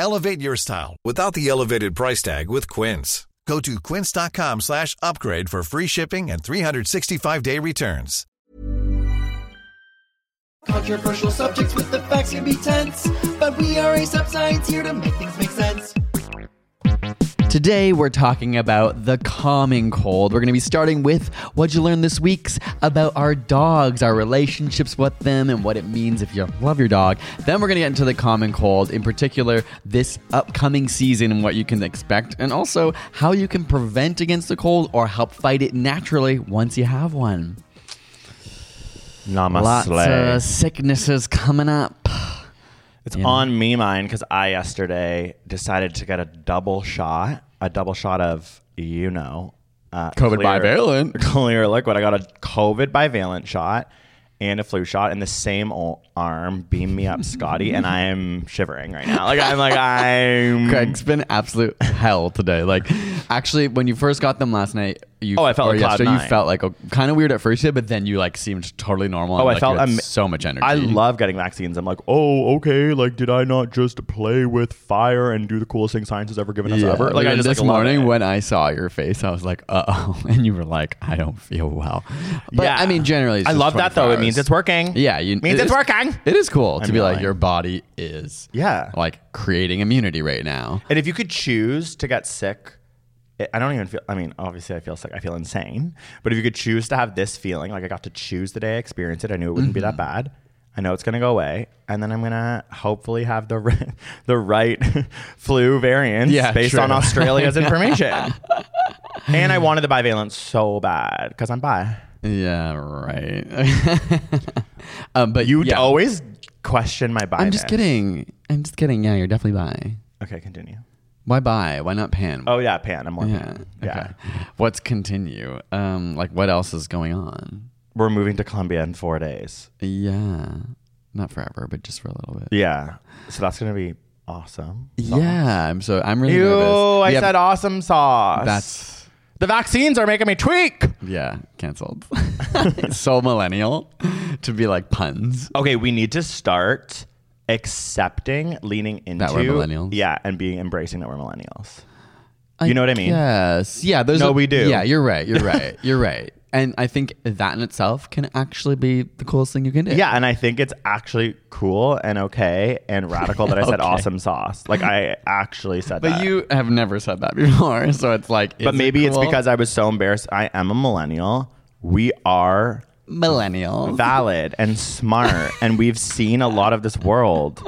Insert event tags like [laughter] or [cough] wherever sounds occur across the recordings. Elevate your style without the elevated price tag with Quince. Go to quince.com slash upgrade for free shipping and 365-day returns. Controversial subjects with the facts can be tense, but we are a sub science here to make things make sense. Today, we're talking about the common cold. We're going to be starting with what you learned this week's about our dogs, our relationships with them, and what it means if you love your dog. Then, we're going to get into the common cold, in particular, this upcoming season and what you can expect, and also how you can prevent against the cold or help fight it naturally once you have one. Namaste. Lots of sicknesses coming up. It's on me mine because I yesterday decided to get a double shot, a double shot of you know, uh, COVID bivalent. [laughs] [laughs] clear liquid. I got a COVID bivalent shot and a flu shot in the same old arm. Beam me up, Scotty, [laughs] and I'm shivering right now. Like I'm like I'm. Craig's been absolute hell today. Like, actually, when you first got them last night, you Oh, I felt or like cloud yesterday, you nine. felt like kind of weird at first, yeah, but then you like seemed totally normal. and, Oh, I like, you felt had am- so much energy. I love getting vaccines. I'm like, oh, okay. Like, did I not just play with fire and do the coolest thing science has ever given us Yeah, ever? Like, I and just this like, love morning it. when I saw your face, I was like, "Uh oh," [laughs] and you were like, "I don't feel well." But Yeah. I mean, generally, it's I just love 24 that though. It hours. means it's working. Yeah, you, means it is- it's working. It is cool to I'm be like yelling. your body is Yeah. like creating immunity right now. And if you could choose to get sick, I- I don't even feel, I mean, obviously I feel sick. I feel insane. But if you could choose to have this feeling, like I got to choose the day I experienced it, I knew it wouldn't be that Mm-hmm. bad. I know it's going to go away. And then I'm going to hopefully have the, [laughs] ri- the right [laughs] flu variant Yeah, based on true. [laughs] Australia's information. and I wanted the bivalent so bad because I'm bi. Yeah, right. [laughs] um, but You yeah. always question my bi. I'm just kidding. I'm just kidding. Yeah, you're definitely bi. Okay, continue. Why buy? Why not pan? Oh, yeah, pan. I'm more yeah. pan. Okay. Yeah. Let's continue. Um, like what else is going on? We're moving to Colombia in four days. Yeah. Not forever, but just for a little bit. Yeah. So that's gonna be awesome. Yeah. I'm so I'm really Ew, nervous. I We have- said awesome sauce. that's the vaccines are making me tweak. yeah, [laughs] canceled. [laughs] It's so millennial to be like puns. Okay, we need to start accepting, leaning into That we're millennials. Yeah, and being embracing that we're millennials. You know what I mean? Yes. Yeah. There's No, a- we do. Yeah, you're right. [laughs] You're right. You're right. And I think that in itself can actually be the coolest thing you can do. Yeah, and I think it's actually cool and okay and [laughs] radical that I said Okay. awesome sauce. Like I actually said But that. you have never said that before, so it's like. but maybe it's because I was so embarrassed. I am a millennial. We are millennial. valid and smart, and we've seen a lot of this world.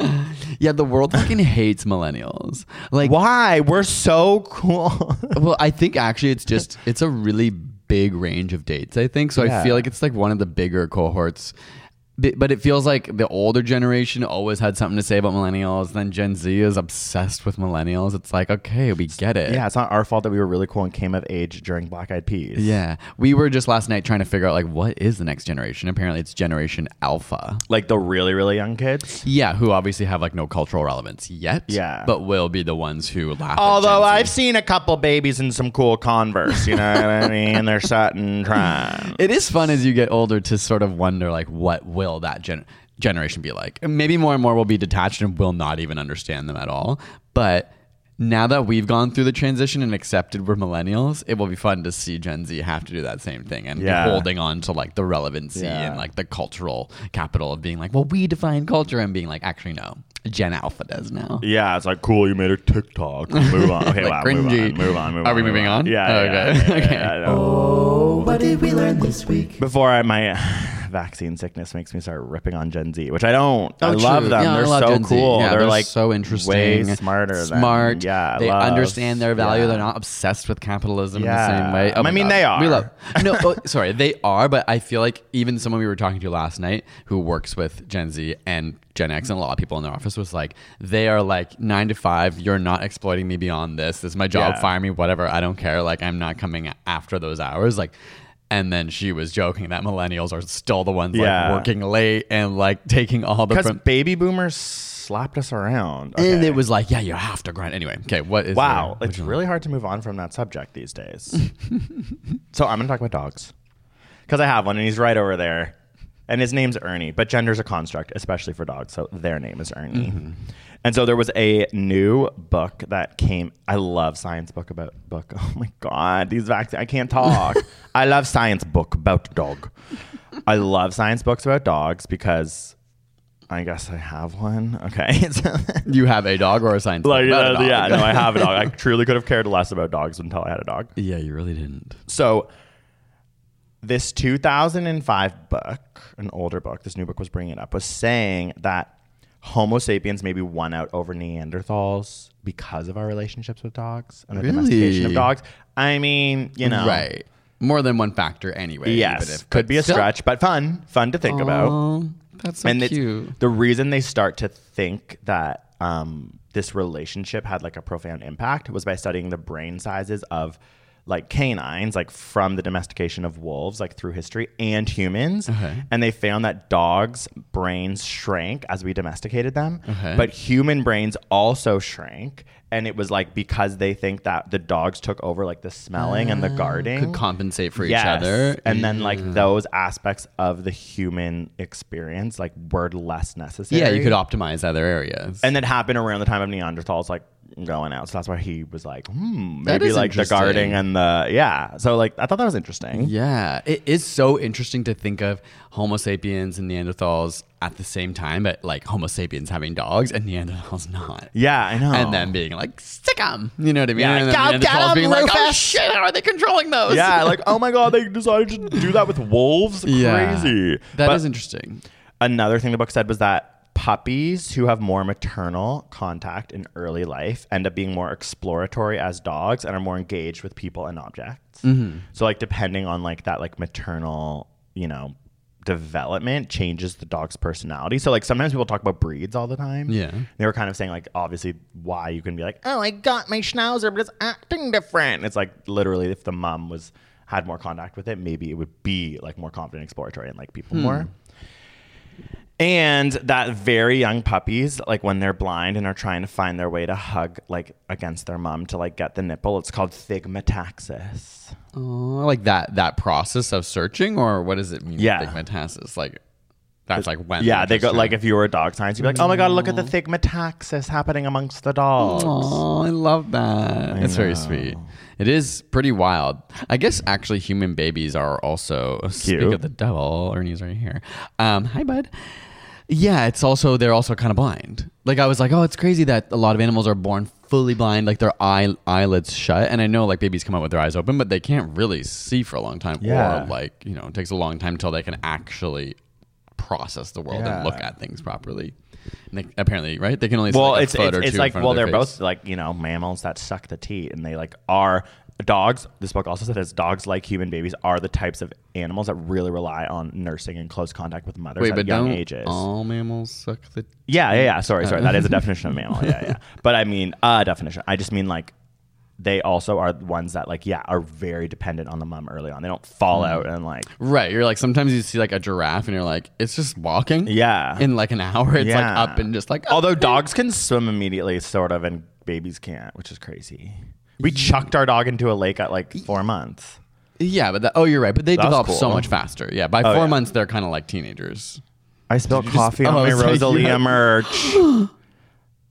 yeah, the world fucking hates millennials. Like, Why? We're so cool. [laughs] well, I think actually it's just it's a really big range of dates. I think so. I Yeah. feel like it's like one of the bigger cohorts. Bi- But it feels like the older generation always had something to say about millennials. Then Gen Z is obsessed with millennials. It's like, okay, we get it. yeah, it's not our fault that we were really cool and came of age during Black Eyed Peas. Yeah. We were just last night trying to figure out, like, what is the next generation? Apparently, it's Generation Alpha. Like the really, really young kids. Yeah, who obviously have like no cultural relevance yet. Yeah. But will be the ones who laugh. at Although Gen Z. I've seen a couple babies in some cool Converse, you know [laughs] what I mean? They're certain trying. It is fun as you get older to sort of wonder, like, what will that gen- generation be like? And maybe more and more will be detached and will not even understand them at all. But now that we've gone through the transition and accepted we're millennials, it will be fun to see Gen Z have to do that same thing and be Yeah. holding on to like the relevancy Yeah. and like the cultural capital of being like, well, we define culture and being like, actually, no, Gen Alpha does now. Yeah, it's like cool. You made a TikTok. Move on. Okay, Like wow. cringy. Move on. Move on. Move on. Are we move moving on? Yeah. Oh, [laughs] yeah, okay. yeah, yeah, Okay. yeah, yeah, yeah. Oh, What did we learn this week? Before I, my [laughs] vaccine sickness makes me start ripping on Gen Z, which I don't. I Oh, love true. them. Yeah, I they're love so Gen Z. cool. Yeah, they're, like so interesting. way smarter. than- Smart. yeah, I they love- understand their value. yeah. They're not obsessed with capitalism in the Yeah. same way. Oh I my mean, they are. We [laughs] love. No, oh, sorry, they are. But I feel like even someone we were talking to last night who works with Gen Z and Gen X and a lot of people in their office was like, they are like nine to five. You're not exploiting me beyond this. This is my job. Yeah. Fire me. Whatever. I don't care. Like I'm not coming after those hours. Like. And then she was joking that millennials are still the ones Yeah. like working late and like taking all the Because from baby boomers slapped us around. and Okay. it was like, yeah, you have to grind. Anyway, okay, what is wow, there? it's really hard to move on from that subject these days. [laughs] so I'm going to talk about dogs because I have one, and he's right over there, and his name's Ernie. But gender's a construct, especially for dogs. So their name is Ernie. And so there was a new book that came. I love science book about book. [laughs] Oh my god, these vaccines! I can't talk. I love science book about dog. I love science books about dogs because. I guess I have one. Okay. [laughs] So- you have a dog or a science? like dog? uh, Not a yeah dog. no i have a [laughs] dog i truly could have cared less about dogs until i had a dog yeah, you really didn't. so this 2005 book an older book this new book was bringing it up was saying that homo sapiens maybe won out over neanderthals because of our relationships with dogs and the domestication of Really? dogs i mean you know Right, more than one factor anyway. yes even if- but could be a still- stretch but fun fun to think about Aw, that's so and it's- cute. the reason they start to think that um, this relationship had like a profound impact was by studying the brain sizes of like canines, like from the domestication of wolves, like through history and humans. And they found that dogs' brains shrank as we domesticated them, Okay. but human brains also shrank. And it was like because they think that the dogs took over like the smelling and the Ah, guarding Could compensate for Yes. each other, Mm-hmm. And then like those aspects of the human experience like were less necessary. yeah, you could optimize other areas. And that happened around the time of Neanderthals like going out. So that's why he was like, hmm, That maybe is like the interesting. guarding and the yeah. So like I thought that was interesting. Yeah, it is so interesting to think of Homo sapiens and Neanderthals at the same time, but like Homo sapiens having dogs and Neanderthals not. Yeah, I know. And then being like, sick 'em. Oh. You know what I mean? Yeah, and then go get Neanderthals 'em, being like, oh Rufus." shit, how are they controlling those? [laughs] Yeah, like, oh my god, they decided to do that with wolves. Yeah. Crazy. That is But- interesting. another thing the book said was that puppies who have more maternal contact in early life end up being more exploratory as dogs and are more engaged with people and objects so like depending on like that like maternal you know development changes the dog's personality so like sometimes people talk about breeds all the time Yeah. they were kind of saying like obviously why you can be like oh i got my schnauzer but it's acting different it's like literally if the mom was had more contact with it maybe it would be like more confident exploratory and like people more and that very young puppies, like when they're blind and are trying to find their way to hug, like against their mom to like get the nipple, it's called thigmataxis. Oh, like that that process of searching, or what does it mean? Yeah. Pigmentasis? Like, that's like when. Yeah, they they're go just like trying- if you were a dog science, you'd be like, oh my god, look at the thigmataxis happening amongst the dogs. Oh, I love that. it's very sweet. It is pretty wild. I guess actually, human babies are also speak Cute. of the devil. Ernie's right here. Um, hi, bud. Yeah, it's also they're also kind of blind. Like I was like, oh, it's crazy that a lot of animals are born fully blind, like their eye eyelids shut. And I know like babies come out with their eyes open, but they can't really see for a long time. Yeah. Or like you know, it takes a long time till they can actually process the world Yeah. and look at things properly. And they, apparently, right? They can only see Well, like, a it's foot it's, or it's two in like front of well, their they're face. both like you know mammals that suck the teat, and they like are dogs. This book also said as dogs like human babies are the types of animals that really rely on nursing and close contact with mothers at young ages. all mammals suck the? Yeah, yeah, yeah. Sorry, sorry. That is a definition of [laughs] mammal. Yeah, yeah. But I mean, a definition. I just mean like they also are ones that like yeah are very dependent on the mom early on. They don't fall out and like Right, you're like sometimes you see like a giraffe and you're like it's just walking. Yeah. in like an hour, it's yeah. like up and just like. although dogs can swim immediately, sort of, and babies can't, which is crazy. We chucked our dog into a lake at like four months. yeah, but that, oh, you're right. But they That's develop so cool. Oh, much faster. Yeah, by four yeah. months they're kind of like teenagers. I spilled coffee oh, on I my was like, Rosalia yeah. [gasps] merch.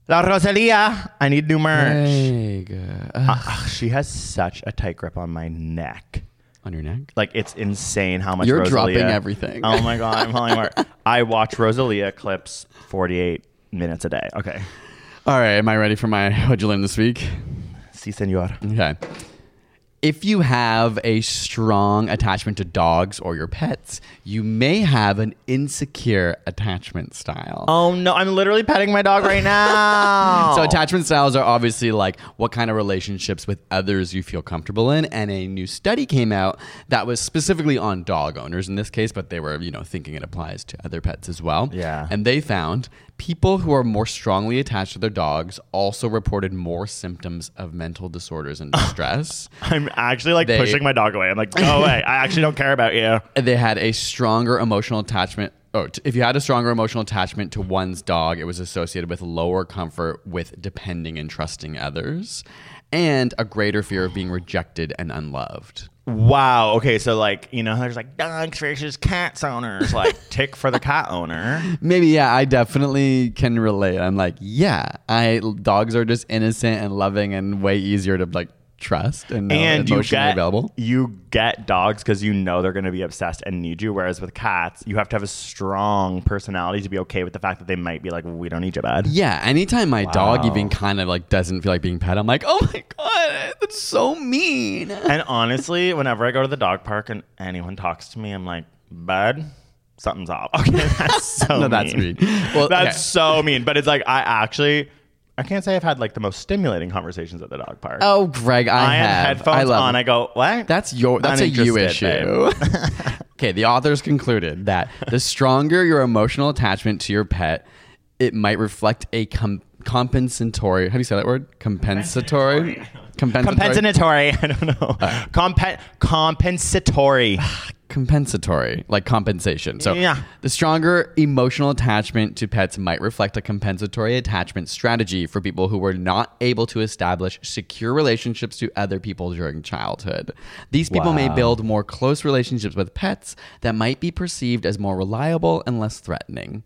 La Rosalia, I need new merch. Ah, Hey, good. Uh, Ugh, she has such a tight grip on my neck. on your neck. Like it's insane how much You're Rosalia- dropping everything. Oh my god, I'm [laughs] falling apart. I watch Rosalia clips 48 minutes a day. Okay, All right, am I ready for my what'd you learn this week? si senor. Okay. if you have a strong attachment to dogs or your pets, you may have an insecure attachment style. Oh no, I'm literally petting my dog right now. [laughs] So attachment styles are obviously like what kind of relationships with others you feel comfortable in. And a new study came out that was specifically on dog owners in this case, but they were, you know, thinking it applies to other pets as well. Yeah. And they found people who are more strongly attached to their dogs also reported more symptoms of mental disorders and distress. I'm actually like They- pushing my dog away. I'm like, go away. I actually don't care about you. they had a stronger emotional attachment. Oh, t- if you had a stronger emotional attachment to one's dog, it was associated with lower comfort with depending and trusting others, and a greater fear of being rejected and unloved. Wow. Okay. So like, you know, there's like dogs versus cats owners. Like tick for the cat owner. Maybe, yeah, I definitely can relate. I'm like, yeah, I dogs are just innocent and loving and way easier to like trust and, know and you emotionally get available. you get dogs because you know they're going to be obsessed and need you. Whereas with cats, you have to have a strong personality to be okay with the fact that they might be like, we don't need you bad. Yeah, anytime my dog even kind of like doesn't feel like being pet, I'm like, oh my god, that's so mean. And honestly, whenever I go to the dog park and anyone talks to me, I'm like, bud, something's off. [laughs] Okay, that's so [laughs] No, mean. that's mean. Well, that's okay. so mean. But it's like I actually, I can't say I've had like the most stimulating conversations at the dog park. Oh, Greg, I, I have. had headphones I love on. it. I go, what? That's your. That's a you Uninterested, issue. [laughs] [laughs] okay, the authors concluded that the stronger your emotional attachment to your pet, it might reflect a com- compensatory. How do you say that word? Compensatory. [laughs] Compensatory. Compensatory. I don't know. Compen- compensatory. Compensatory, like compensation. So, Yeah. the stronger emotional attachment to pets might reflect a compensatory attachment strategy for people who were not able to establish secure relationships to other people during childhood. These people may Wow. build more close relationships with pets that might be perceived as more reliable and less threatening.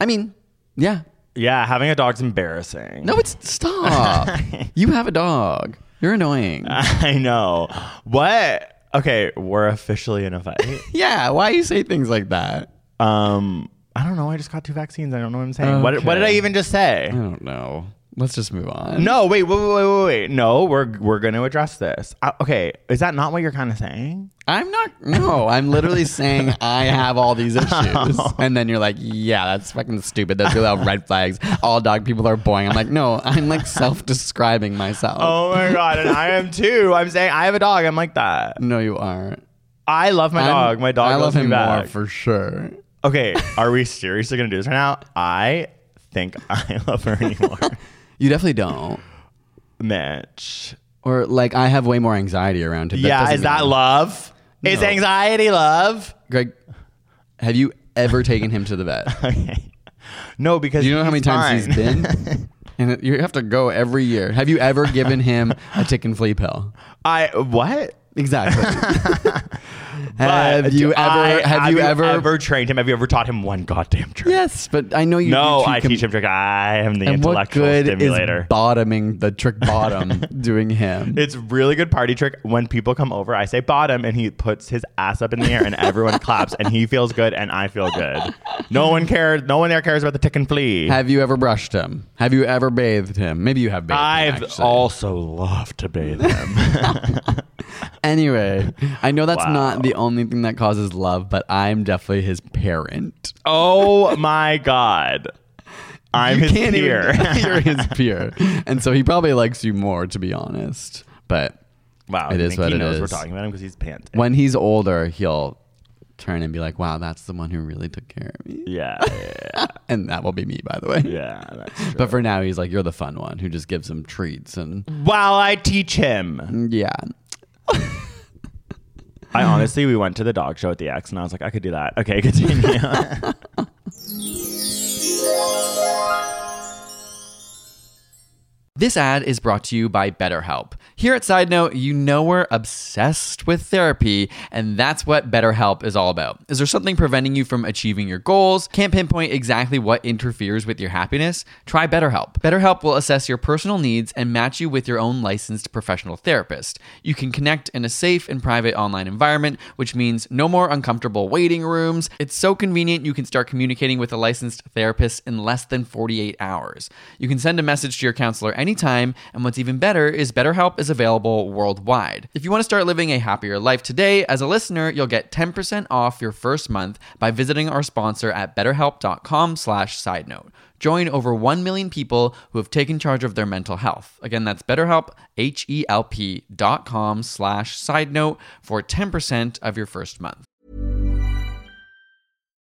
I mean, yeah. [sighs] yeah, having a dog's embarrassing. No, it's stop. you have a dog. You're annoying. [laughs] I know. What? Okay, we're officially in a [laughs] fight. yeah, why you say things like that? um, I don't know. I just got two vaccines. I don't know what I'm saying. What, what did I even just say? I don't know. Let's just move on. No, wait, wait, wait, wait, wait. No, we're we're going to address this. Uh, okay, is that not what you're kind of saying? I'm not. No, I'm literally saying I have all these issues, [laughs] and then you're like, "Yeah, that's fucking stupid. Those people have red flags. All dog people are boring." I'm like, "No, I'm like self-describing myself." Oh my god, and I am too. I'm saying I have a dog. I'm like that. No, you aren't. I love my I'm- dog. My dog I love loves me him more back. for sure. okay, are we seriously going to do this right now? I think I [laughs] love her anymore. You definitely don't. Mitch. Or like, I have way more anxiety around him. yeah, doesn't is that matter. love? Is No. anxiety love? Greg? Have you ever taken him to the vet? [laughs] Okay. No, because Do you know how many he's times he's fine. been? [laughs] And it- you have to go every year. Have you ever given him a tick and flea pill? I what? [laughs] Exactly. But have you do ever? I- have, you, ever, trained him? Have you ever taught him one goddamn trick? Yes, but I know you. No, you I teach him trick. I am the And what intellectual good stimulator. is bottoming the trick [laughs] bottom doing him? it's really good party trick. When people come over, I say bottom, and he puts his ass up in the air, and [laughs] everyone claps, and he feels good, and I feel good. No one cares. No one there cares about the tick and flea. have you ever brushed him? Have you ever bathed him? Maybe you have bathed him. I've actually. also loved to [laughs] bathe him. Anyway, I know that's Wow. not the only thing that causes love, but I'm definitely his parent. oh my god, I'm his peer. [laughs] [laughs] even. You're his peer, and so he probably likes you more, to be honest. But wow, It you is think what he it knows we're is. talking about him because he's panting. when he's older, he'll turn and be like, "Wow, that's the one who really took care of me," [laughs] Yeah, yeah, and that will be me, by the way. yeah. That's true. But for now, he's like, you're the fun one who just gives him treats and While I teach him. yeah. I honestly, we went to the dog show at the X, and I was like, I could do that. Okay, [laughs] continue. This ad is brought to you by BetterHelp. Here at Side Note, you know we're obsessed with therapy, and that's what BetterHelp is all about. Is there something preventing you from achieving your goals? Can't pinpoint exactly what interferes with your happiness? Try BetterHelp. BetterHelp will assess your personal needs and match you with your own licensed professional therapist. You can connect in a safe and private online environment, which means no more uncomfortable waiting rooms. It's so convenient you can start communicating with a licensed therapist in less than 48 hours. You can send a message to your counselor anytime anytime. And what's even better is BetterHelp is available worldwide. If you want to start living a happier life today, as a listener, you'll get 10% off your first month by visiting our sponsor at betterhelp.com slash sidenote. Join over 1 million people who have taken charge of their mental health. Again, that's BetterHelp, H-E-L-P dot com slash sidenote for 10% of your first month.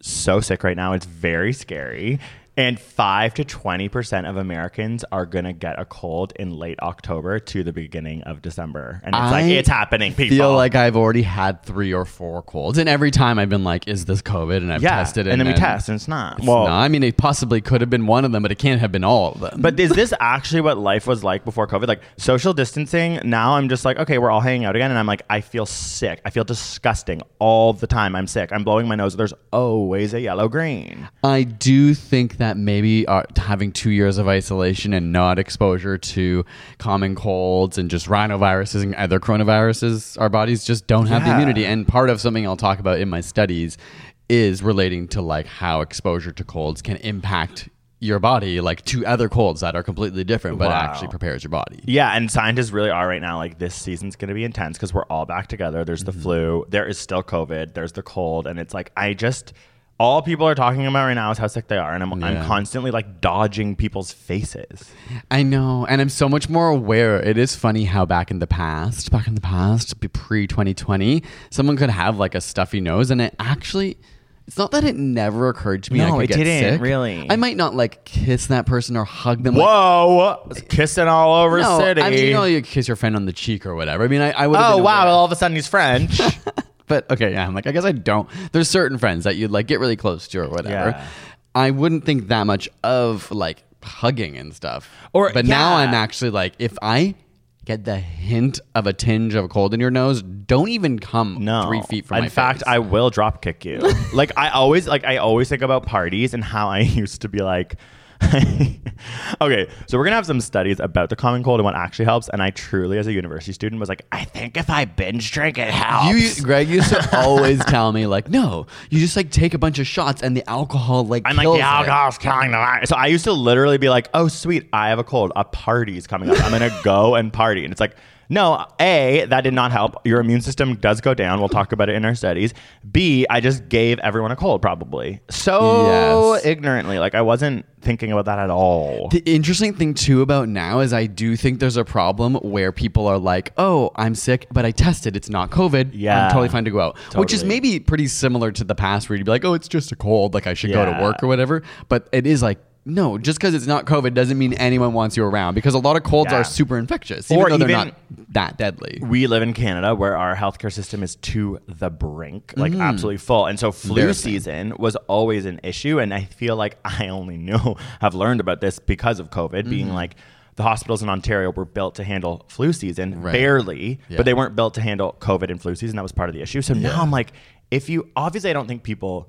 so sick right now. It's very scary. And 5 to 20% of Americans are going to get a cold in late October to the beginning of December. And it's like, I it's happening, people. feel like I've already had three or four colds, and every time I've been like, "Is this COVID?" And I've yeah. tested it, and then we test, and it's not. Well, I mean, it possibly could have been one of them, but it can't have been all of them. But is this actually what life was like before COVID? Like social distancing. Now I'm just like, okay, we're all hanging out again, and I'm like, I feel sick. I feel disgusting all the time. I'm sick. I'm blowing my nose. There's always a yellow green. I do think that maybe uh, having two years of isolation and not exposure to common colds and just rhinoviruses and other coronaviruses, our bodies just don't have the Yeah. immunity. And part of something I'll talk about in my studies is relating to like how exposure to colds can impact your body like to other colds that are completely different but Wow. actually prepares your body. Yeah, and scientists really are right now. Like this season's going to be intense because we're all back together. There's the flu. There is still COVID. There's the cold, and it's like I just. All people are talking about right now is how sick they are, and I'm, I'm constantly like dodging people's faces. I know, and I'm so much more aware. It is funny how back in the past, back in the past, pre 2020, someone could have like a stuffy nose, and it actually. It's not that it never occurred to me. I No, could it get didn't, sick. really. I might not like kiss that person or hug them. like- Whoa, kissing all over no, city. I mean, you know, you kiss your friend on the cheek or whatever. I mean, I, I would. oh been wow! aware. All of a sudden he's French. But okay, yeah, I'm like, I guess I don't. There's certain friends that you'd like get really close to or whatever. Yeah. I wouldn't think that much of like hugging and stuff. Or- but now yeah. I'm actually like, if I get the hint of a tinge of a cold in your nose, don't even come [laughs] No, three feet from In my fact, face. I will drop kick you. like I always like I always think about parties and how I [laughs] used to be like. okay, so we're gonna have some studies about the common cold and what actually helps. And I truly, as a university student, was like, I think if I binge drink, it helps. You, Greg used to always [laughs] tell me like, no, you just like take a bunch of shots and the alcohol like I'm like, kills the it." alcohol's killing the virus. So I used to literally be like, oh, sweet, I have a cold. A party's coming up. I'm [laughs] going to go and party. And it's like, no, A, that did not help. Your immune system does go down. We'll talk about it in our studies. B, I just gave everyone a cold, probably. So Yes. ignorantly. Like, I wasn't thinking about that at all. The interesting thing too about now is I do think there's a problem where people are like, "Oh, I'm sick, but I tested. It's not COVID. Yeah. I'm totally fine to go out." Which is Totally. maybe pretty similar to the past, where you'd be like, "Oh, it's just a cold. Like I should go to Yeah. work or whatever." But it is like, no, just because it's not COVID doesn't mean anyone wants you around because a lot of colds Yeah. are super infectious, even Or though they're even- not that deadly. we live in Canada where our healthcare system is to the brink, like Mm. absolutely full. And so flu Very thin. season was always an issue. And I feel like [laughs] I only know, have learned about this because of COVID, Mm-hmm. being like, the hospitals in Ontario were built to handle flu season, Right. barely, Yeah. but they weren't built to handle COVID and flu season. That was part of the issue. So now I'm like, if you obviously, I don't think people,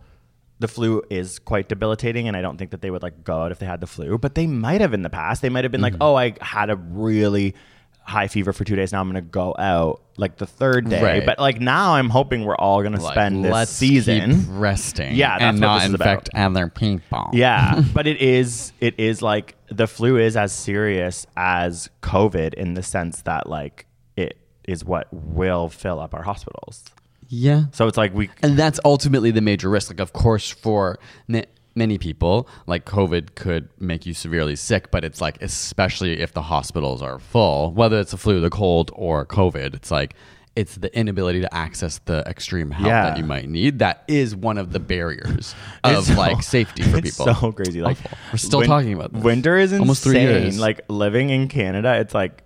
the flu is quite debilitating, and I don't think that they would like go out if they had the flu, but they might have in the past. They might have been like, Mm-hmm. oh, I had a really high fever for two days. Now I'm going to go out like the third day. Right. But like now I'm hoping we're all going to Like, spend this let's season. keep resting, Yeah, that's and what not this is infect other people. [laughs] Yeah, but it is it is like the flu is as serious as COVID in the sense that like it is what will fill up our hospitals. Yeah. So it's like we And that's ultimately the major risk. Like, of course, for ma- many people, like COVID could make you severely sick, but it's like, especially if the hospitals are full, whether it's a flu, the cold, or COVID, it's like, it's the inability to access the extreme help Yeah. that you might need. That is one of the barriers of It's so- [laughs] like safety for it's people. So crazy. Like Awful. we're still win- talking about this. Winter is insane. almost three years. Like living in Canada, it's like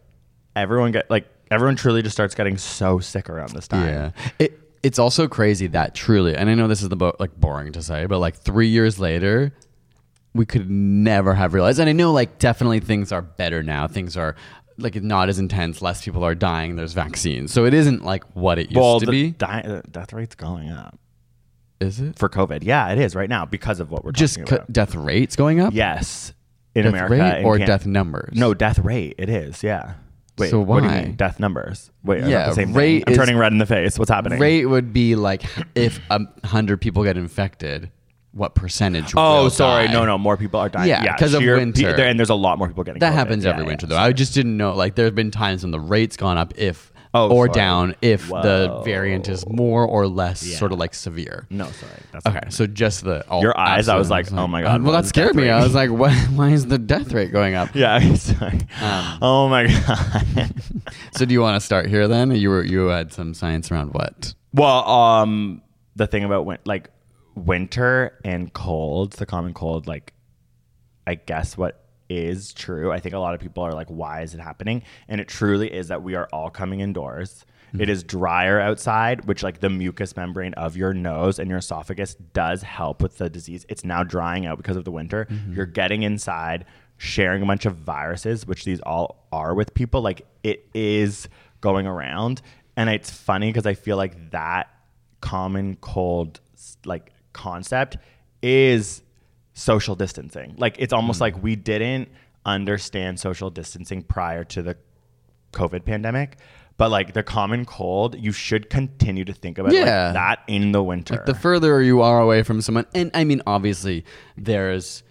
everyone get like everyone truly just starts getting so sick around this time. Yeah. It it's also crazy that truly, and I know this is the bo- like boring to say, but like three years later, we could never have realized. And I know like definitely things are better now. Things are like not as intense. Less people are dying. There's vaccines, so it isn't like what it used Well, to the be. di- the death rate's going up is it for COVID. Yeah, it is right now because of what we're just talking c- about. death rates going up? yes, in death America rate in or Can- death numbers? No, death rate. It is. Yeah. Wait, So what do you why? mean? Death numbers. Wait, yeah, Yeah, the same rate rate. I'm is- turning red in the face. What's happening? Rate would be like if a hundred people get infected, what percentage? Oh, will sorry. die? No, no. More people are dying. Yeah, 'cause of sheer- pe- winter. there- and there's a lot more people getting That COVID. happens Yeah, every yeah, winter, yeah. though. I just didn't know. Like, there have been times when the rate's gone up if Oh, or sorry. down if the Whoa. variant is more or less sort of like severe. No, sorry. That's Okay, so just the all, Your eyes, I was like, absolute- oh my God, Well, what that is scared death me. rate? I was like, what? Why [laughs] is the death rate going up? [laughs] Yeah. [laughs] Sorry. Um, oh my [laughs] god. So do you want to start here then? You were you had some science around what? well, um, the thing about win- like winter and colds, the common cold, like I guess what is true. I think a lot of people are like, why is it happening? And it truly is that we are all coming indoors. It is drier outside, which like the mucous membrane of your nose and your esophagus does help with the disease. It's now drying out because of the winter. You're getting inside, sharing a bunch of viruses, which these all are with people. Like it is going around. And it's funny because I feel like that common cold like concept is social distancing. Like it's almost Hmm. like we didn't understand social distancing prior to the COVID pandemic. But like the common cold, you should continue to think about it Yeah. like that in the winter. The further you are away from someone, and I mean, obviously, there's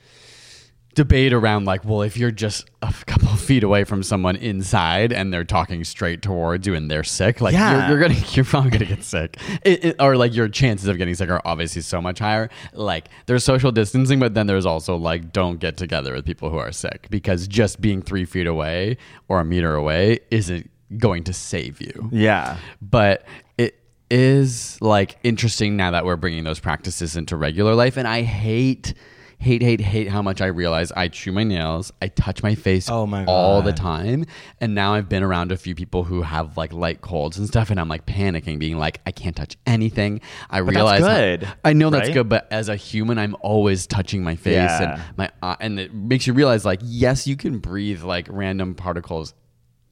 debate around like, well, if you're just a f- couple feet away from someone inside and they're talking straight towards you and they're sick, like Yeah. you're, you're gonna, [laughs] you're probably gonna get sick, it, it- or like your chances of getting sick are obviously so much higher. Like there's social distancing, but then there's also like don't get together with people who are sick because just being three feet away or a meter away isn't going to save you yeah. but it is like interesting now that we're bringing those practices into regular life and i hate hate hate hate how much i realize i chew my nails i touch my face Oh my all the God. time and now i've been around a few people who have like light colds and stuff and i'm like panicking being like i can't touch anything i that's realize good, i know that's right? good but as a human i'm always touching my face Yeah. and my eye and it makes you realize like yes you can breathe like random particles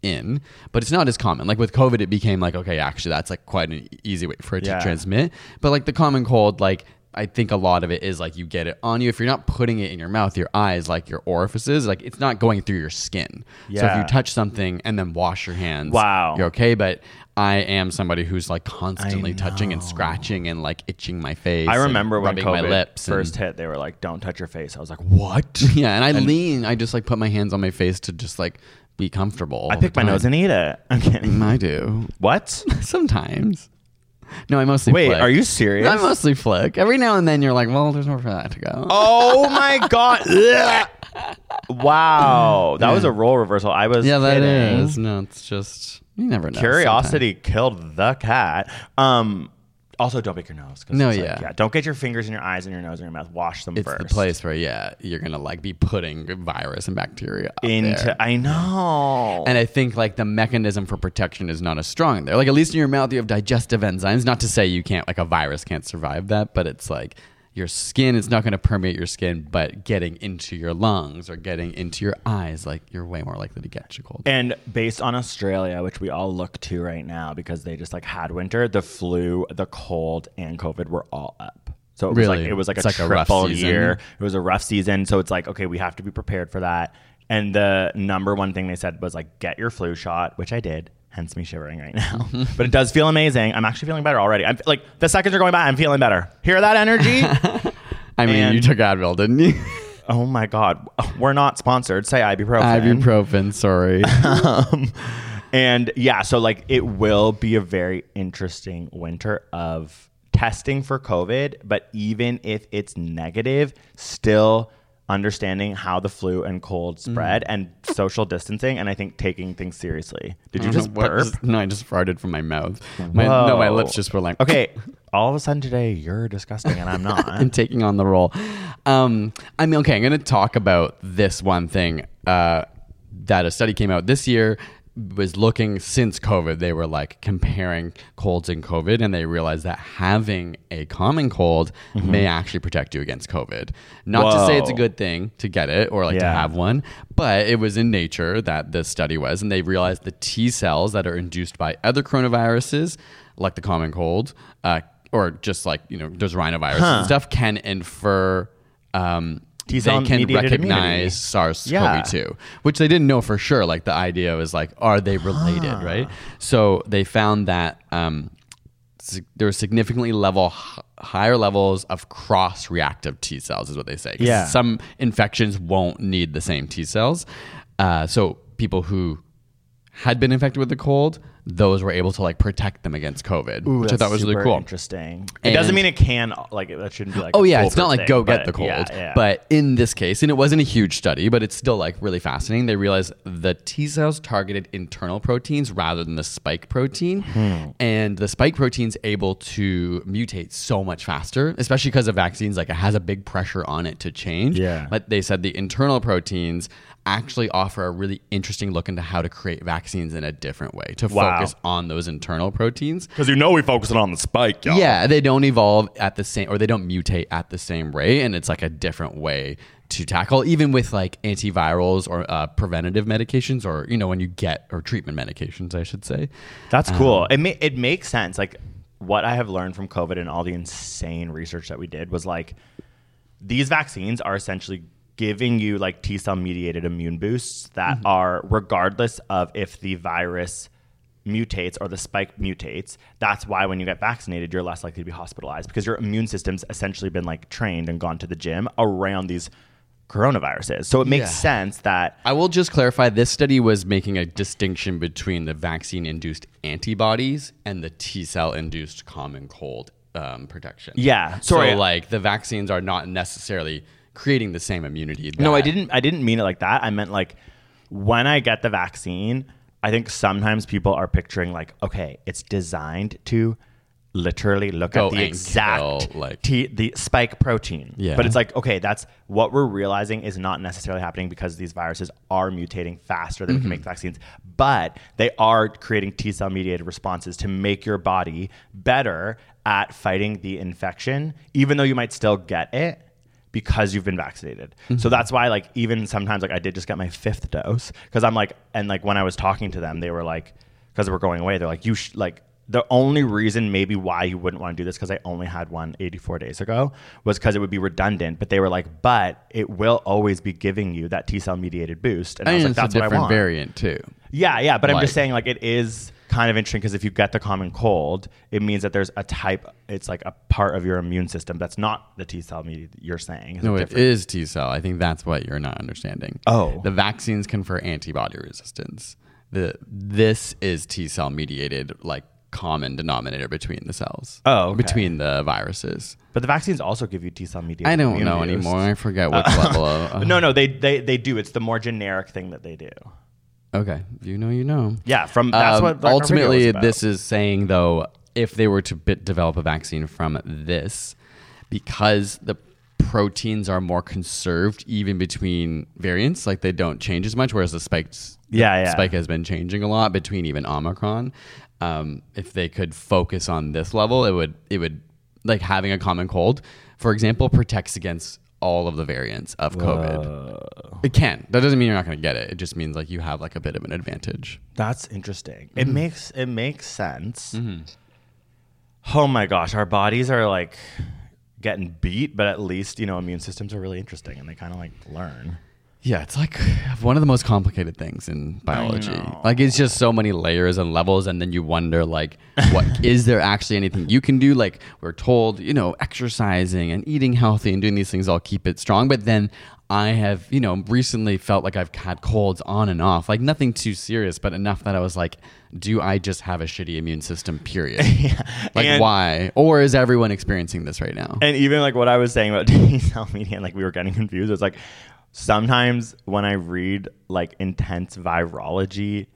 in, but it's not as common. Like with COVID, it became like, okay, actually, that's like quite an easy way for it Yeah. to transmit. But like the common cold, like I think a lot of it is like you get it on you. If you're not putting it in your mouth, your eyes, like your orifices, like it's not going through your skin. So if Yeah. you touch something and then wash your hands, Wow. you're okay. But I am somebody who's like constantly touching and scratching and like itching my face. I and remember when rubbing COVID my lips and- first hit, they were like, "Don't touch your face." I was like, "What?" [laughs] Yeah, and I lean. I just like put my hands on my face to just like be comfortable. I picked my nose and eat it. I'm kidding. I do. What? [laughs] Sometimes. No, I mostly Wait, flick. are you serious? I mostly flick. Every now and then you're like, well, there's more for that to go. Oh my god! [laughs] Ugh. wow, that was a role reversal. I was yeah, that kidding. is. No, it's just you never know. Curiosity killed the cat. Um, also, don't pick your nose. 'cause No, it's like, yeah. Don't get your fingers in your eyes and your nose and your mouth. Wash them Sometimes. It's first. the place where yeah, you're gonna like be putting virus and bacteria up into. there. I know. And I think like the mechanism for protection is not as strong there. Like at least in your mouth you have digestive enzymes. Not to say you can't like a virus can't survive that, but it's like your skin it's not going to permeate your skin, but getting into your lungs or getting into your eyes, like you're way more likely to get a cold. And based on Australia, which we all look to right now because they just like had winter, the flu, the cold, and COVID were all up. So it was Really? like it was like It's a like a rough triple season. year. It was a rough season, so it's like okay, we have to be prepared for that. And the number one thing they said was like get your flu shot, which I did. Hence me shivering right [laughs] now, but it does feel amazing. I'm actually feeling better already. I'm like the seconds are going by. I'm feeling better. Hear that [laughs] energy? I mean, And- you took Advil, didn't [laughs] you? oh my god, we're not sponsored. Say ibuprofen. [laughs] Ibuprofen, sorry. and yeah, so like it will be a very interesting winter of testing for COVID, but even if it's negative, still understanding how the flu and cold Mm. spread and social distancing and I think taking things seriously. Did you just burp? [laughs] No, I just farted from my mouth. My, no, my Whoa. lips just were like, [laughs] Okay, all of a sudden today you're disgusting and I'm I'm not. taking on the role. Um, I mean, okay, I'm going to talk about this one thing uh, that a study came out this year was looking since COVID. They were like comparing colds and COVID, and they realized that having a common cold may actually protect you against COVID. Not to say it's a Whoa. good thing to get it or like to Yeah. have one, but it was in Nature that this study was, and they realized the T cells that are induced by other coronaviruses, like the common cold, uh, or just like you know those rhinoviruses and stuff, can infer. Um, T they cell can mediated immunity. recognize SARS-CoV-2, Yeah. which they didn't know for sure. Like the idea was like, are they related, right? So they found that um, sig- there were significantly level h- higher levels of cross reactive T cells is what they say. 'Cause Yeah. Some infections won't need the same T cells. Uh, so people who had been infected with the cold, those were able to like protect them against COVID, which I That's thought was really super cool. Interesting. it And- doesn't mean it can like that shouldn't be like. Oh a yeah, it's not foolproof like thing, go get but the cold, yeah, yeah. but in this case, and it wasn't a huge study, but it's still like really fascinating. They realized the T cells targeted internal proteins rather than the spike protein, Hmm. and the spike protein's able to mutate so much faster, especially because of vaccines. Like it has a big pressure on it to change. Yeah. but they said the internal proteins actually offer a really interesting look into how to create vaccines in a different way to Wow. focus on those internal proteins. Because you know we focusing on the spike, y'all. Yeah, they don't evolve at the same or they don't mutate at the same rate, and it's like a different way to tackle. Even with like antivirals or uh, preventative medications, or you know when you get or treatment medications, I should say. That's cool. it ma- it makes sense. Like what I have learned from COVID and all the insane research that we did was like these vaccines are essentially giving you like T cell mediated immune boosts that are regardless of if the virus mutates or the spike mutates. That's why when you get vaccinated, you're less likely to be hospitalized because your immune system's essentially been like trained and gone to the gym around these coronaviruses. So it makes sense that I will just clarify: this study was making a distinction between the vaccine-induced antibodies and the T cell-induced common cold um, protection. Yeah, so sorry. like the vaccines are not necessarily creating the same immunity. No, I that- didn't. I didn't mean it like that. I meant like when I get the vaccine, I think sometimes people are picturing like, okay, it's designed to literally look Go at the and exact kill, like- T, the spike protein. Yeah. But it's like, okay, that's what we're realizing is not necessarily happening because these viruses are mutating faster than we can make vaccines, but they are creating T cell mediated responses to make your body better at fighting the infection, even though you might still get it because you've been vaccinated. So that's why like even sometimes like I did just get my fifth dose because I'm like and like when I was talking to them they were like because we're going away they're like you sh- like the only reason maybe why you wouldn't want to do this because I only had one 84 days ago was because it would be redundant but they were like but it will always be giving you that T cell mediated boost and I, I was like mean, it's a that's what I different want. variant too. Yeah, yeah, but I'm Like- just saying, like, it is kind of interesting because if you get the common cold, it means that there's a type, it's like a part of your immune system that's not the T cell media you're saying. is No, different. it is T cell. I think that's what you're not understanding. Oh. the vaccines confer antibody resistance. The this is T cell mediated, like common denominator between the cells. Oh, okay. between the viruses. But the vaccines also give you T cell mediated. I don't immune know boosts. anymore. I forget [laughs] which level. Of, uh, No, no, they, they they do. It's the more generic thing that they do. uh, Okay, you know, you know. Yeah, from Mm, that's Um, what our- our video was ultimately about. this is saying though if they were to bit develop a vaccine from this because the proteins are more conserved even between variants like they don't change as much whereas the spikes the Yeah, yeah. spike has been changing a lot between even omicron um, if they could focus on this level it would it would like having a common cold for example protects against all of the variants of covid it can that doesn't mean you're not going to get it it just means like you have like a bit of an advantage That's interesting. Mm-hmm. It makes it makes sense. Mm-hmm. Oh my gosh, our bodies are like getting beat, but at least you know immune systems are really interesting and they kind of like learn. Yeah, it's like [sighs] one of the most complicated things in biology. Like it's just so many layers and levels, and then you wonder like, what [laughs] is there actually anything you can do? Like we're told, you know, exercising and eating healthy and doing these things all keep it strong. But then I have, you know, recently felt like I've had colds on and off, like nothing too serious, but enough that I was like, do I just have a shitty immune [laughs] system? Period. Like And- why? Or is everyone experiencing this right now? And even like what I was saying about [laughs] cell media, and like we were getting confused. It's like sometimes when I read like intense virology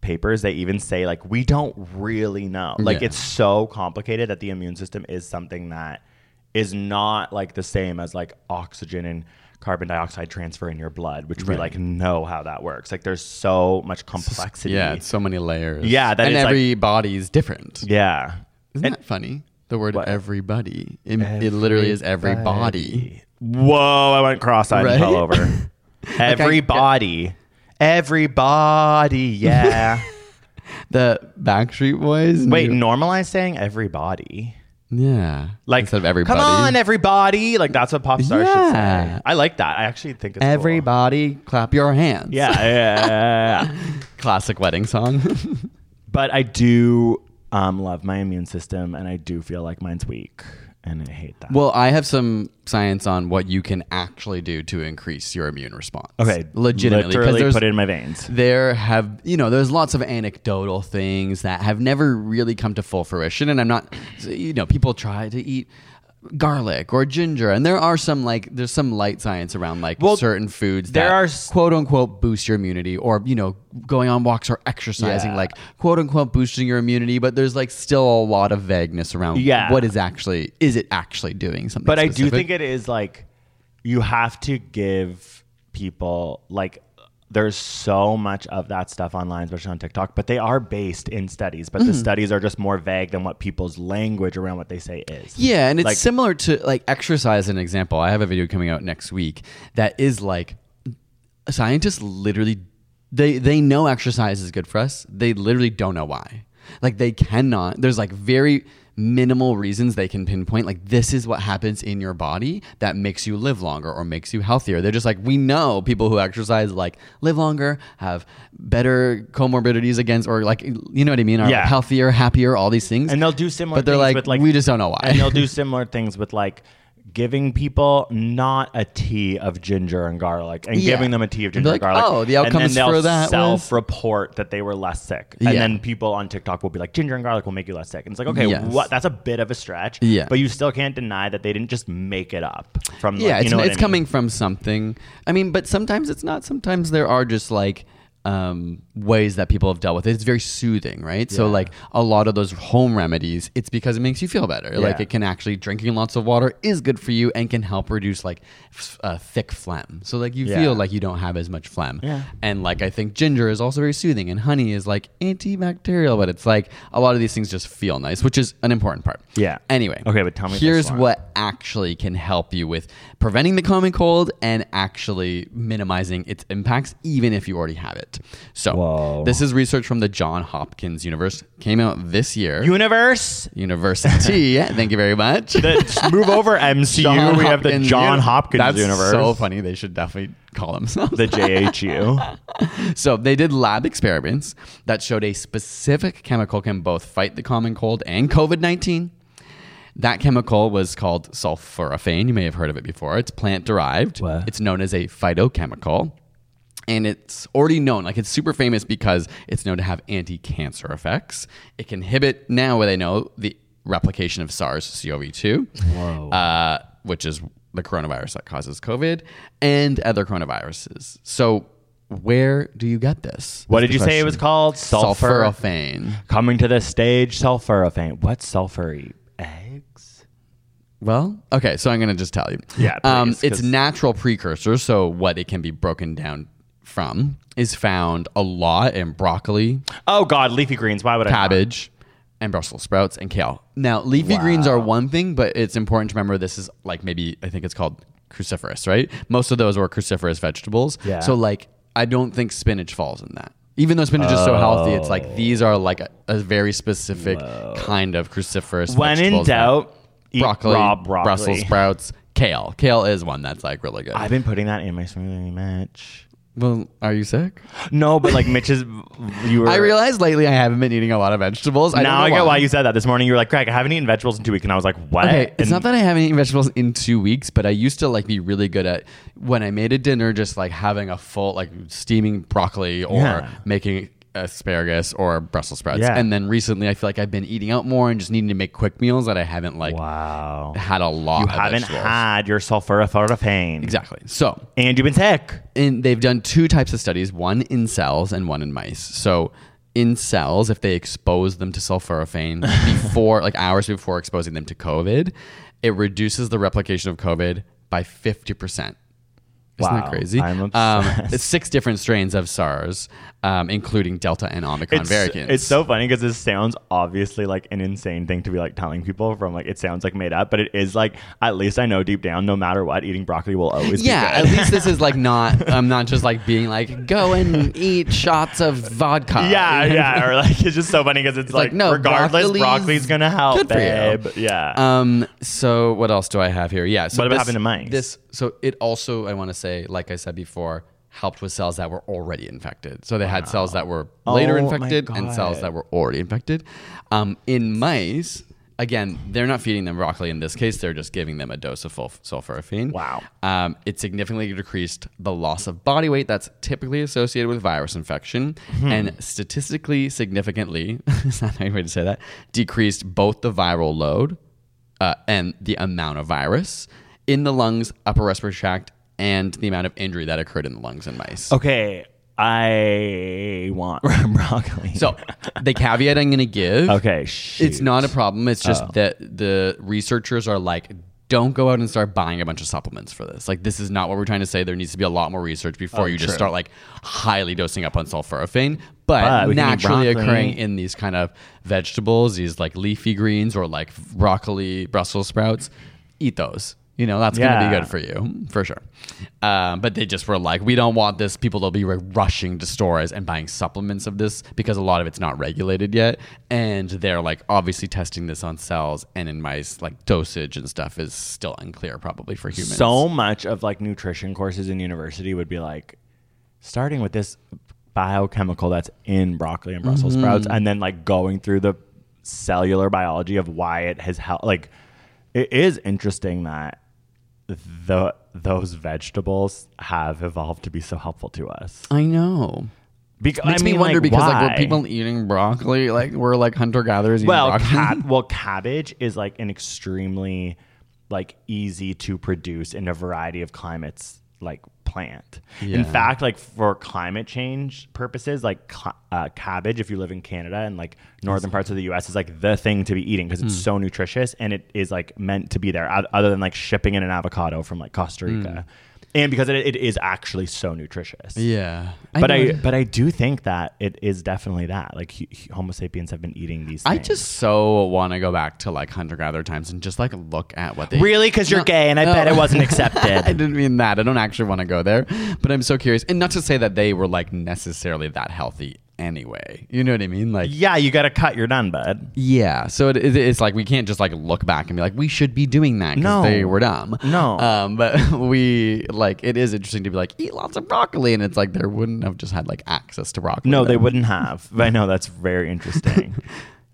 papers, they even say like we don't really know. Like Yeah. it's so complicated that the immune system is something that is not like the same as like oxygen and carbon dioxide transfer in your blood, which we like know how that works. Like there's so much complexity. yeah, it's so many layers. Yeah, that and it's like- every body is different. yeah. Isn't that funny? The word What? everybody. It, it literally is everybody. Whoa, I went cross-eyed Right? and fell [laughs] over. Everybody. Everybody, [laughs] yeah. The Backstreet Boys. Wait, knew- normalize saying everybody. Yeah. Like Instead of everybody. Come on, everybody. Like that's what pop stars should Yeah. say. I like that. I actually think it's cool. Everybody, clap your hands. Yeah, yeah, [laughs] yeah, yeah, yeah. Classic [laughs] wedding song. [laughs] But I do um, love my immune system and I do feel like mine's weak and I hate that. well, I have some science on what you can actually do to increase your immune response. okay, Legitimately. 'cause literally there's- put it in my veins. there have you know there's lots of anecdotal things that have never really come to full fruition and i'm not you know people try to eat garlic or ginger and there are some like there's some light science around like Well, certain foods there that are s- quote unquote boost your immunity or you know going on walks or exercising Yeah. like quote unquote boosting your immunity but there's like still a lot of vagueness around Yeah. what is actually is it actually doing something But I do specific? think it is like you have to give people like there's so much of that stuff online, especially on TikTok, but they are based in studies, but Mm-hmm. the studies are just more vague than what people's language around what they say is. Yeah, and it's Like- similar to like exercise. An example, I have a video coming out next week that is like scientists literally they they know exercise is good for us. They literally don't know why. Like they cannot. There's like very minimal reasons they can pinpoint. Like this is what happens in your body that makes you live longer or makes you healthier. They're just like we know people who exercise like live longer, have better comorbidities against, or like you know what I mean, are Yeah. healthier, happier, all these things. And they'll do similar But they're things like, with like we just don't know why. And they'll [laughs] do similar things with like giving people not a tea of ginger and garlic and Yeah. giving them a tea of And ginger be like, and garlic. "Oh, the and outcomes then they'll for that was-" self-report that they were less sick. And Yeah. then people on TikTok will be like, ginger and garlic will make you less sick. And it's like, okay, Yes. what that's a bit of a stretch. Yeah. But you still can't deny that they didn't just make it up from like, yeah, you it's, know what it's I mean? coming from something. I mean, but sometimes it's not. Sometimes there are just like um, ways that people have dealt with it. It's very soothing, right? So like a lot of those home remedies, it's because it makes you feel better. Like Yeah. it can actually drinking lots of water is good for you and can help reduce like f- uh, thick phlegm. So like you Yeah. feel like you don't have as much phlegm. And like I think ginger is also very soothing, and honey is like antibacterial. But it's like a lot of these things just feel nice, which is an important part. Yeah. Anyway. Okay, but tell me this Here's one. what actually can help you with preventing the common cold and actually minimizing its impacts, even if you already have it. So, this is research from the John Hopkins Universe, came out this year. Universe. [laughs] University, thank you very much. [laughs] Let's move over MCU. John we have the Hopkins John Uni- Hopkins That's universe. so funny. They should definitely call themselves. The JHU. [laughs] So they did lab experiments that showed a specific chemical can both fight the common cold and COVID 19. That chemical was called sulforaphane. You may have heard of it before. It's plant derived. It's known as a phytochemical. And it's already known, like it's super famous because it's known to have anti cancer effects. It can inhibit, now where they know, the replication of SARS CoV 2, uh, which is the coronavirus that causes COVID, and other coronaviruses. So, where do you get this? What Is did the you say it was question. called? Sulfur. Sulforaphane. Coming to the stage, sulforaphane. What's sulfury? Eggs? Well, okay, so I'm going to just tell you. Yeah, um, please, its 'cause- natural precursor, so what it can be broken down from, is found a lot in broccoli, Oh God, leafy greens. Why would I? not? cabbage, and Brussels sprouts and kale. Now, leafy greens are one thing, but it's important to remember this is like maybe I think it's called cruciferous, right? Most of those were cruciferous vegetables. Yeah. So like I don't think spinach falls in that. Even though spinach is so healthy, it's Oh. like these are like a, a very specific kind of cruciferous. When in vegetables that- doubt, eat broccoli, raw broccoli. Brussels sprouts, kale. Kale is one that's like really good. I've been putting that in my smoothie, Mitch. well, are you sick? No, but like Mitch's, you were. I realized lately I haven't been eating a lot of vegetables. I now don't I know get why you said that. This morning you were like, Craig, I haven't eaten vegetables in two weeks, and I was like, what? Okay, it's And- not that I haven't eaten vegetables in two weeks, but I used to like be really good at when I made a dinner, just like having a full like steaming broccoli or Yeah. making asparagus or Brussels sprouts. Yeah. And then recently, I feel like I've been eating out more and just needing to make quick meals that I haven't like Wow. had a lot. You of haven't vegetables. had your sulforaphane. exactly. So And you've been sick. in, they've done two types of studies one in cells and one in mice so in cells if they expose them [laughs] to sulforaphane before like hours before exposing them to covid it reduces the replication of covid by 50% isn't Wow, that crazy? I'm um, obsessed. it's six different strains of SARS, um, including Delta and Omicron variants. it's so funny because this sounds obviously like an insane thing to be like telling people from like it sounds like made up, but it is like at least I know deep down, no matter what, eating broccoli will always yeah. At be good. least this is like not. I'm not just like being like go and eat shots of vodka. [laughs] yeah, yeah, or like it's just so funny because it's, like, like, no, regardless, broccoli's broccoli's, gonna help, good for you. babe. Yeah, Um. So what else do I have here? Yeah. So What about this- happened to mice? This. So it also, I want to say, like I said before, helped with cells that were already infected. So they had cells that were later Oh my infected and cells God. that were already infected. Um, in mice, again, they're not feeding them broccoli in this case. They're just giving them a dose of sulf- sulforaphane. Wow. Um, it significantly decreased the loss of body weight that's typically associated with virus infection, Hmm. and statistically significantly, [laughs] is that the right way to say that, decreased both the viral load uh, and the amount of virus in the lungs, upper respiratory tract, and the amount of injury that occurred in the lungs in mice. okay, I want broccoli. [laughs] So the caveat I'm going to give. [laughs] okay, It's shoot. Oh. not a problem. It's just that the researchers are like, don't go out and start buying a bunch of supplements for this. Like, this is not what we're trying to say. There needs to be a lot more research Oh, before you just start like highly dosing up on sulforaphane. But, But we can eat naturally broccoli. occurring in these kind of vegetables, these like leafy greens or like broccoli, Brussels sprouts, eat those. You know, that's going to Yeah. be good for you, for sure. Um, but they just were like, we don't want this. People will be like, rushing to stores and buying supplements of this because a lot of it's not regulated yet. And they're like, obviously, testing this on cells and in mice, like dosage and stuff is still unclear, probably for humans. so much of like nutrition courses in university would be like starting with this biochemical that's in broccoli and Brussels Mm-hmm. sprouts and then like going through the cellular biology of why it has helped like it is interesting that the those vegetables have evolved to be so helpful to us. I know. Because Makes me wonder because like were why? people eating broccoli? Like we're like hunter gatherers eating well, broccoli. cab- well, cabbage is like an extremely like easy to produce in a variety of climates like plant. Yeah. In fact, like for climate change purposes, like cl- uh, cabbage, if you live in Canada and like northern parts of the U.S., is like the thing to be eating because Hmm. it's so nutritious and it is like meant to be there. oth- Other than like shipping in an avocado from like Costa Rica, and because it, it is actually so nutritious. [laughs] Hmm. yeah. But know. I, but I do think that it is definitely that like hu- hu- Homo sapiens have been eating these. I things. just so want to go back to like hunter gatherer times and just like look at what they Really? Because you're gay, and I bet it wasn't [laughs] I accepted. didn't mean that. I don't actually want to go there, but I'm so curious. And not to say that they were like necessarily that healthy anyway. You know what I mean? Like, yeah, you got to cut your done, bud. yeah. So it, it- it's like we can't just like look back and be like, we should be doing that No. because they were dumb. No. Um, but [laughs] we like it is interesting to be like eat lots of broccoli, and it's like there wouldn't have just had like access to broccoli. No, then. they wouldn't [laughs] have. But I know that's very interesting.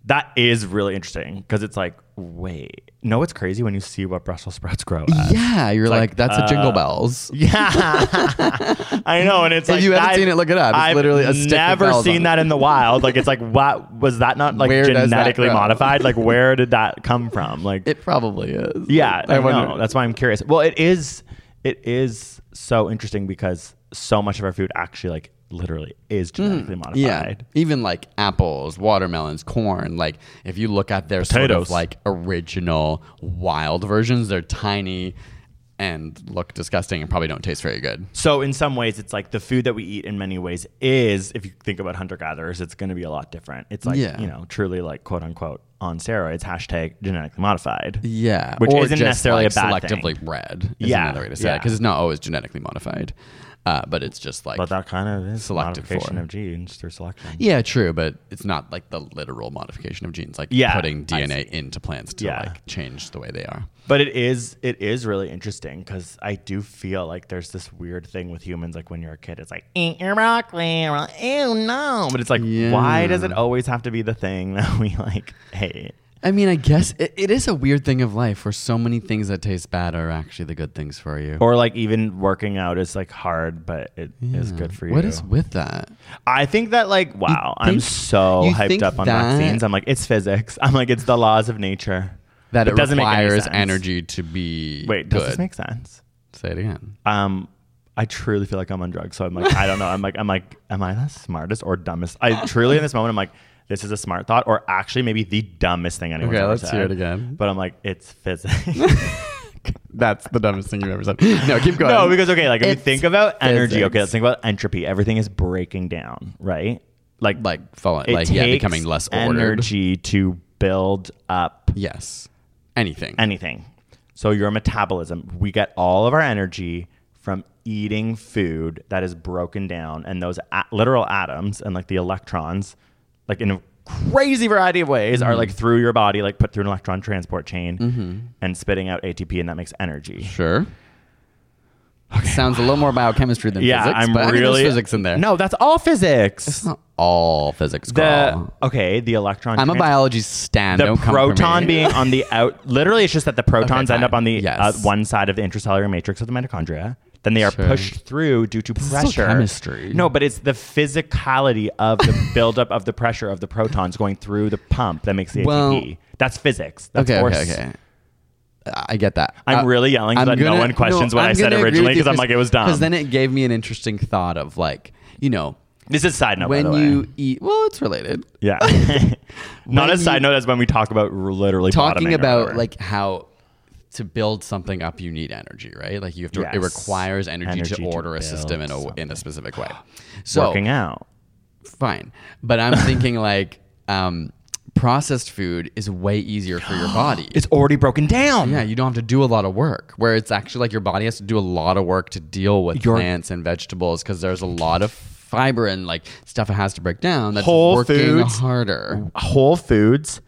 that is really interesting because it's like, wait, no, it's crazy when you see what Brussels sprouts grow. As. Yeah, you're like, uh, like, that's a jingle bells. [laughs] Yeah, [laughs] I know, and it's If like you haven't that- seen it, look it up. It's I've literally a stick with never bells on seen it. that in the wild. Like it's like, what was that? Not like Where does that genetically grow? modified. Like where did that come from? Like It probably is. Yeah, I, wonder- know. That's why I'm curious. Well, it is it is so interesting because so much of our food actually like literally is genetically Mm-hmm. Yeah, modified. even like apples, watermelons, corn. Like if you look at their sort of Potatoes. like original wild versions, they're tiny and look disgusting and probably don't taste very good. So in some ways it's like the food that we eat in many ways is if you think about hunter gatherers, it's gonna be a lot different. It's like, Yeah. you know, truly like quote unquote on steroids, hashtag genetically modified. Yeah, Which or isn't just, necessarily like, a bad selectively thing. bred. Is Yeah, another way to say yeah. because it's not always genetically modified. Uh, but it's just like But that kind of is Selected modification for. of genes through selection. yeah, true, but it's not like the literal modification of genes, like Yeah, putting I DNA into plants to Yeah. like change the way they are. But it is it is really interesting because I do feel like there's this weird thing with humans. Like when you're a kid, it's like eat your broccoli. We're like, Ew, no. But it's like, why does it always have to be the thing [laughs] that we like hate? I mean, I guess it, it is a weird thing of life where so many things that taste bad are actually the good things for you. Or like even working out is like hard, but it is good for you. What is with that? I think that like wow, I'm think- so you hyped think up on that- vaccines. I'm like it's physics. I'm like it's the laws of nature. That it, doesn't make any requires sense. energy to be Wait, does good. this make sense? Say it again. um I truly feel like I'm on drugs. So I'm like, I don't know. I'm like, I'm like, am I the smartest or dumbest? I truly in this moment, I'm like, this is a smart thought, or actually maybe the dumbest thing anyone's Okay, ever let's said. hear it again. But I'm like, it's physics. [laughs] [laughs] That's the dumbest thing you've ever said. [gasps] No, keep going. no, because okay, like if you It's think about energy, physics. okay, let's think about entropy. Everything is breaking down, right? Like, Like, fall- it like, yeah, takes becoming less ordered. energy to build up yes, anything. anything. So your metabolism, we get all of our energy from eating food that is broken down, and those a- literal atoms and like the electrons, like in a crazy variety of ways, Mm-hmm. are like through your body, like put through an electron transport chain, and spitting out ATP, and that makes energy. Sure. Sounds a little more biochemistry than Yeah, physics. I'm but I think there's really physics in there. No, that's all physics. it's not all physics. The girl. okay, the electron. Oh. I'm a trans- biology stan. the don't come for proton me. being on [laughs] the out. Literally, it's just that the protons Okay, end up fine. on the Yes. uh, one side of the intracellular matrix of the mitochondria. Then they are Sure. pushed through due to still pressure. chemistry. No, but it's the physicality of [laughs] the buildup of the pressure of the protons going through the pump that makes the ATP. Well- That's physics. That's Okay, force. okay, okay. I get that. I'm Uh, really yelling so I'm that no one questions what I'm I said gonna agree originally with you 'cause I'm like, it was dumb. Because then it gave me an interesting thought of like, you know, This is side note. Oh, by when the way. you eat, well, it's related. [laughs] yeah, not [laughs] When a side you- note as when we talk about r- literally bottoming Talking or about whatever. like how to build something up, you need energy, right? Like you have to. It Yes. requires energy, Energy to to order a system in build a in a specific [sighs] way. So working out. fine. But I'm thinking like um, processed food is way easier [gasps] for your body. It's already broken down. yeah, you don't have to do a lot of work. Where it's actually like your body has to do a lot of work to deal with Your- plants and vegetables because there's a lot of fiber and like stuff it has to break down that's Whole working foods. harder. Whole Foods.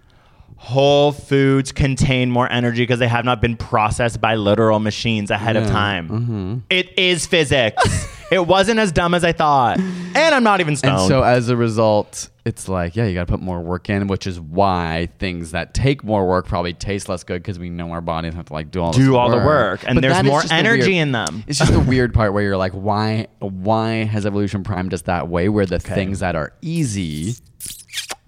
Whole Foods contain more energy because they have not been processed by literal machines ahead of time. Mm-hmm. It is [laughs] physics. it wasn't as dumb as I thought. And I'm not even And stoned. so as a result, it's like, yeah, you got to put more work in, which is why things that take more work probably taste less good because we know our bodies have to like do all this Do all the work, and there's that is more just the energy weird- in them. [laughs] It's just the weird part where you're like, why? Why has evolution primed us that way? Where the things that are easy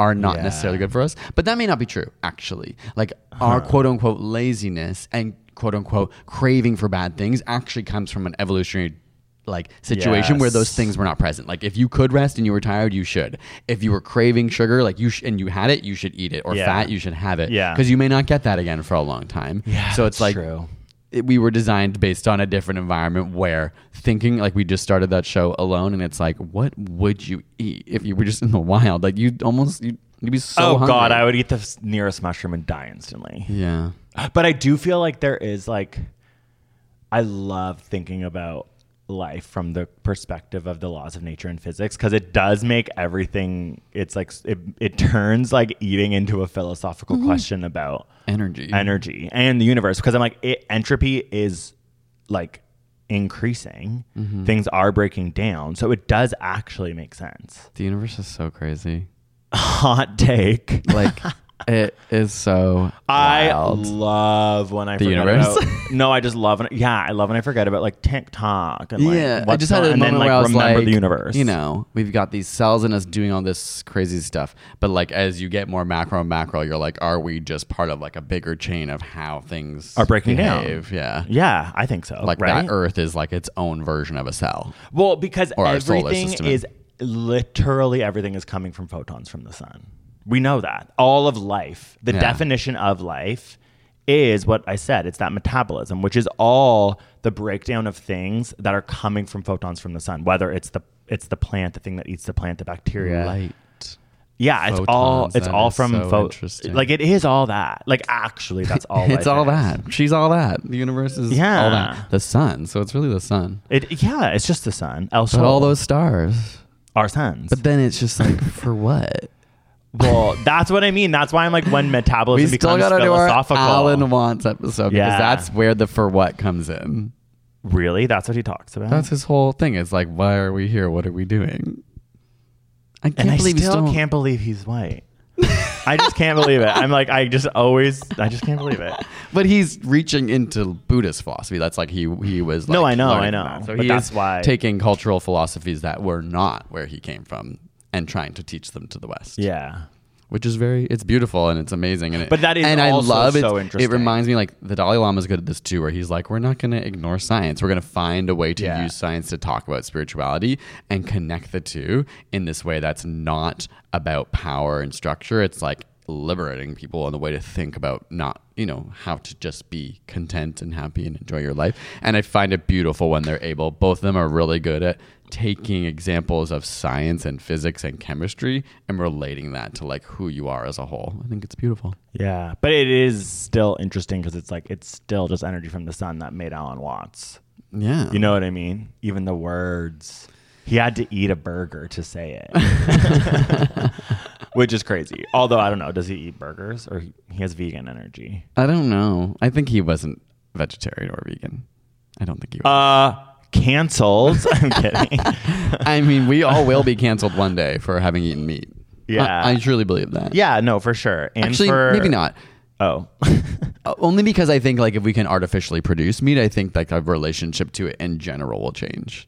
are not necessarily good for us, but that may not be true. Actually, like our quote unquote laziness and quote unquote craving for bad things actually comes from an evolutionary like situation where those Yes. things were not present. Like if you could rest and you were tired, you should. If you were craving sugar, like you sh- and you had it, you should eat it. Or Yeah. fat, you should have it. Yeah. because you may not get that again for a long time. Yeah, so it's like true. it- we were designed based on a different environment where thinking like we just started that show alone, and it's like, what would you eat if you were just in the wild? Like you almost you'd, you'd be so. oh, God, hungry. I would eat the s- nearest mushroom and die instantly. Yeah. But I do feel like there is like, I love thinking about life from the perspective of the laws of nature and physics because it does make everything. It's like s- it, it turns like eating into a philosophical Mm-hmm. question about Energy. energy and the universe because I'm like it, entropy is like increasing. Mm-hmm. Things are breaking down, so it does actually make sense. [laughs] The universe is so crazy. Hot take. Like it is so. I wild. love when I The forget universe? about. No, I just love when. Yeah, I love when I forget about like TikTok and like yeah, I what's just had going- a and then moment like where I was remember like, the universe. You know, we've got these cells in us doing all this crazy stuff, but like as you get more macro and macro, you're like, are we just part of like a bigger chain of how things Are breaking down. behave? Yeah, Yeah, I think so. like right? that Earth is like its own version of a cell. Well, because Or our solar everything system. is literally everything is coming from photons from the sun. We know that. All of life, the Yeah. definition of life is what I said. It's that metabolism, which is all the breakdown of things that are coming from photons from the sun, whether it's the it's the plant, the thing that eats the plant, the bacteria, Light. Yeah, it's all Photons, it's that all is from so pho- interesting. like it is all that. Like actually, that's all. [laughs] it's life all is. that. She's all that. The universe is Yeah. all that. The sun. So it's really the sun. It, yeah, it's just the sun. El But Sol, all those stars. are suns. [laughs] But then it's just like, for what? well, that's what I mean. That's why I'm like when metabolism we still becomes got to do our philosophical. Alan Watts episode Yeah. because that's where the for what comes in. really, that's what he talks about. That's his whole thing. It's like, why are we here? What are we doing? I can't and I believe still he's can't believe he's [laughs] white. I just can't believe it. I'm like, I just always, I just can't believe it. But he's reaching into Buddhist philosophy. That's like he he was. Like No, I know, learning I know. that. So But he that's is why- taking cultural philosophies that were not where he came from and trying to teach them to the West. Yeah. which is very it's beautiful and it's amazing. And it, But that is and also I love so it. interesting. It reminds me like the Dalai Lama is good at this too, where he's like, we're not going to ignore science. We're going to find a way to Yeah. use science to talk about spirituality and connect the two in this way that's not about power and structure. It's like liberating people on the way to think about not you know how to just be content and happy and enjoy your life and i find it beautiful when they're able both of them are really good at taking examples of science and physics and chemistry and relating that to like who you are as a whole i think it's beautiful Yeah. But it is still interesting because it's like, it's still just energy from the sun that made Alan Watts. yeah You know Uh-huh. what I mean? Even the words. He had to eat a burger to say it, [laughs] which is crazy. Although, I don't know, does he eat burgers or he he has vegan energy? i don't know i think he wasn't vegetarian or vegan i don't think he was Uh, canceled. [laughs] I'm [laughs] kidding. i mean we all will be canceled one day for having eaten meat Yeah. i, I truly believe that Yeah, no, for sure. And actually for, maybe not Oh, [laughs] Uh, only because I think like if we can artificially produce meat, I think like our relationship to it in general will change.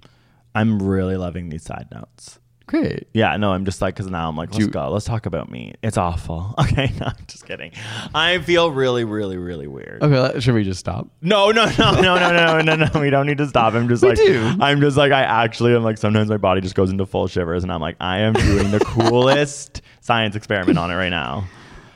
I'm really loving these side notes. Great. Yeah, no, I'm just like because now I'm like, let's you- go, let's talk about meat. It's awful. [laughs] Okay, no, I'm just kidding. I feel really, really, really weird. Okay, let- should we just stop? No, no, no, no, no, no, no, no. We don't need to stop. I'm just like, do. I'm just like, I actually am like, sometimes my body just goes into full shivers, and I'm like, I am doing the [laughs] coolest science experiment on it right now.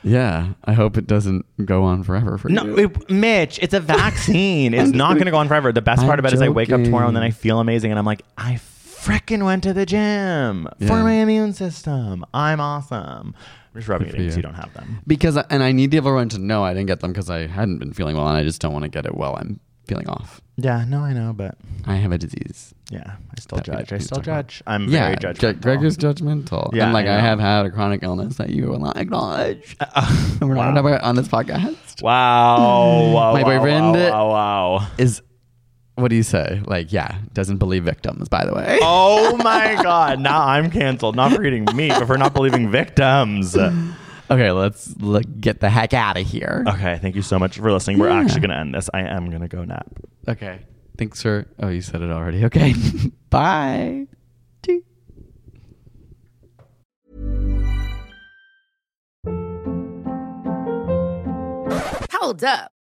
Yeah, I hope it doesn't go on forever for No, you. it, Mitch, it's a vaccine. it's not going to go on forever. The best I'm part about it is I wake up tomorrow and then I joking. feel amazing and I'm like, I frickin' went to the gym for Yeah. my immune system. I'm awesome. I'm just rubbing it in because you. you don't have them. because and I need everyone to know I didn't get them because I hadn't been feeling well, and I just don't want to get it while I'm feeling off. Yeah, no, I know, but I have a disease. yeah, I still That we judge. don't I need to still talk about. judge. I'm yeah, very Gre- judgmental. Greg is judgmental. Yeah, and like I I, have know. had a chronic illness that you will not [laughs] acknowledge. and we're not gonna have it on this [laughs] podcast. wow, wow, My wow, boyfriend- Wow, wow, wow. Is what do you say? Like, yeah, doesn't believe victims. By the way. [laughs] Oh my God! Now I'm canceled. Not for eating meat, but for not believing [laughs] victims. Okay, let's like, get the heck out of here. Okay, thank you so much for listening. We're actually going to end this. I am going to go nap. Uh, Okay. Thanks for. Oh, you said it already. Okay. [laughs] Bye. Toot. Hold up.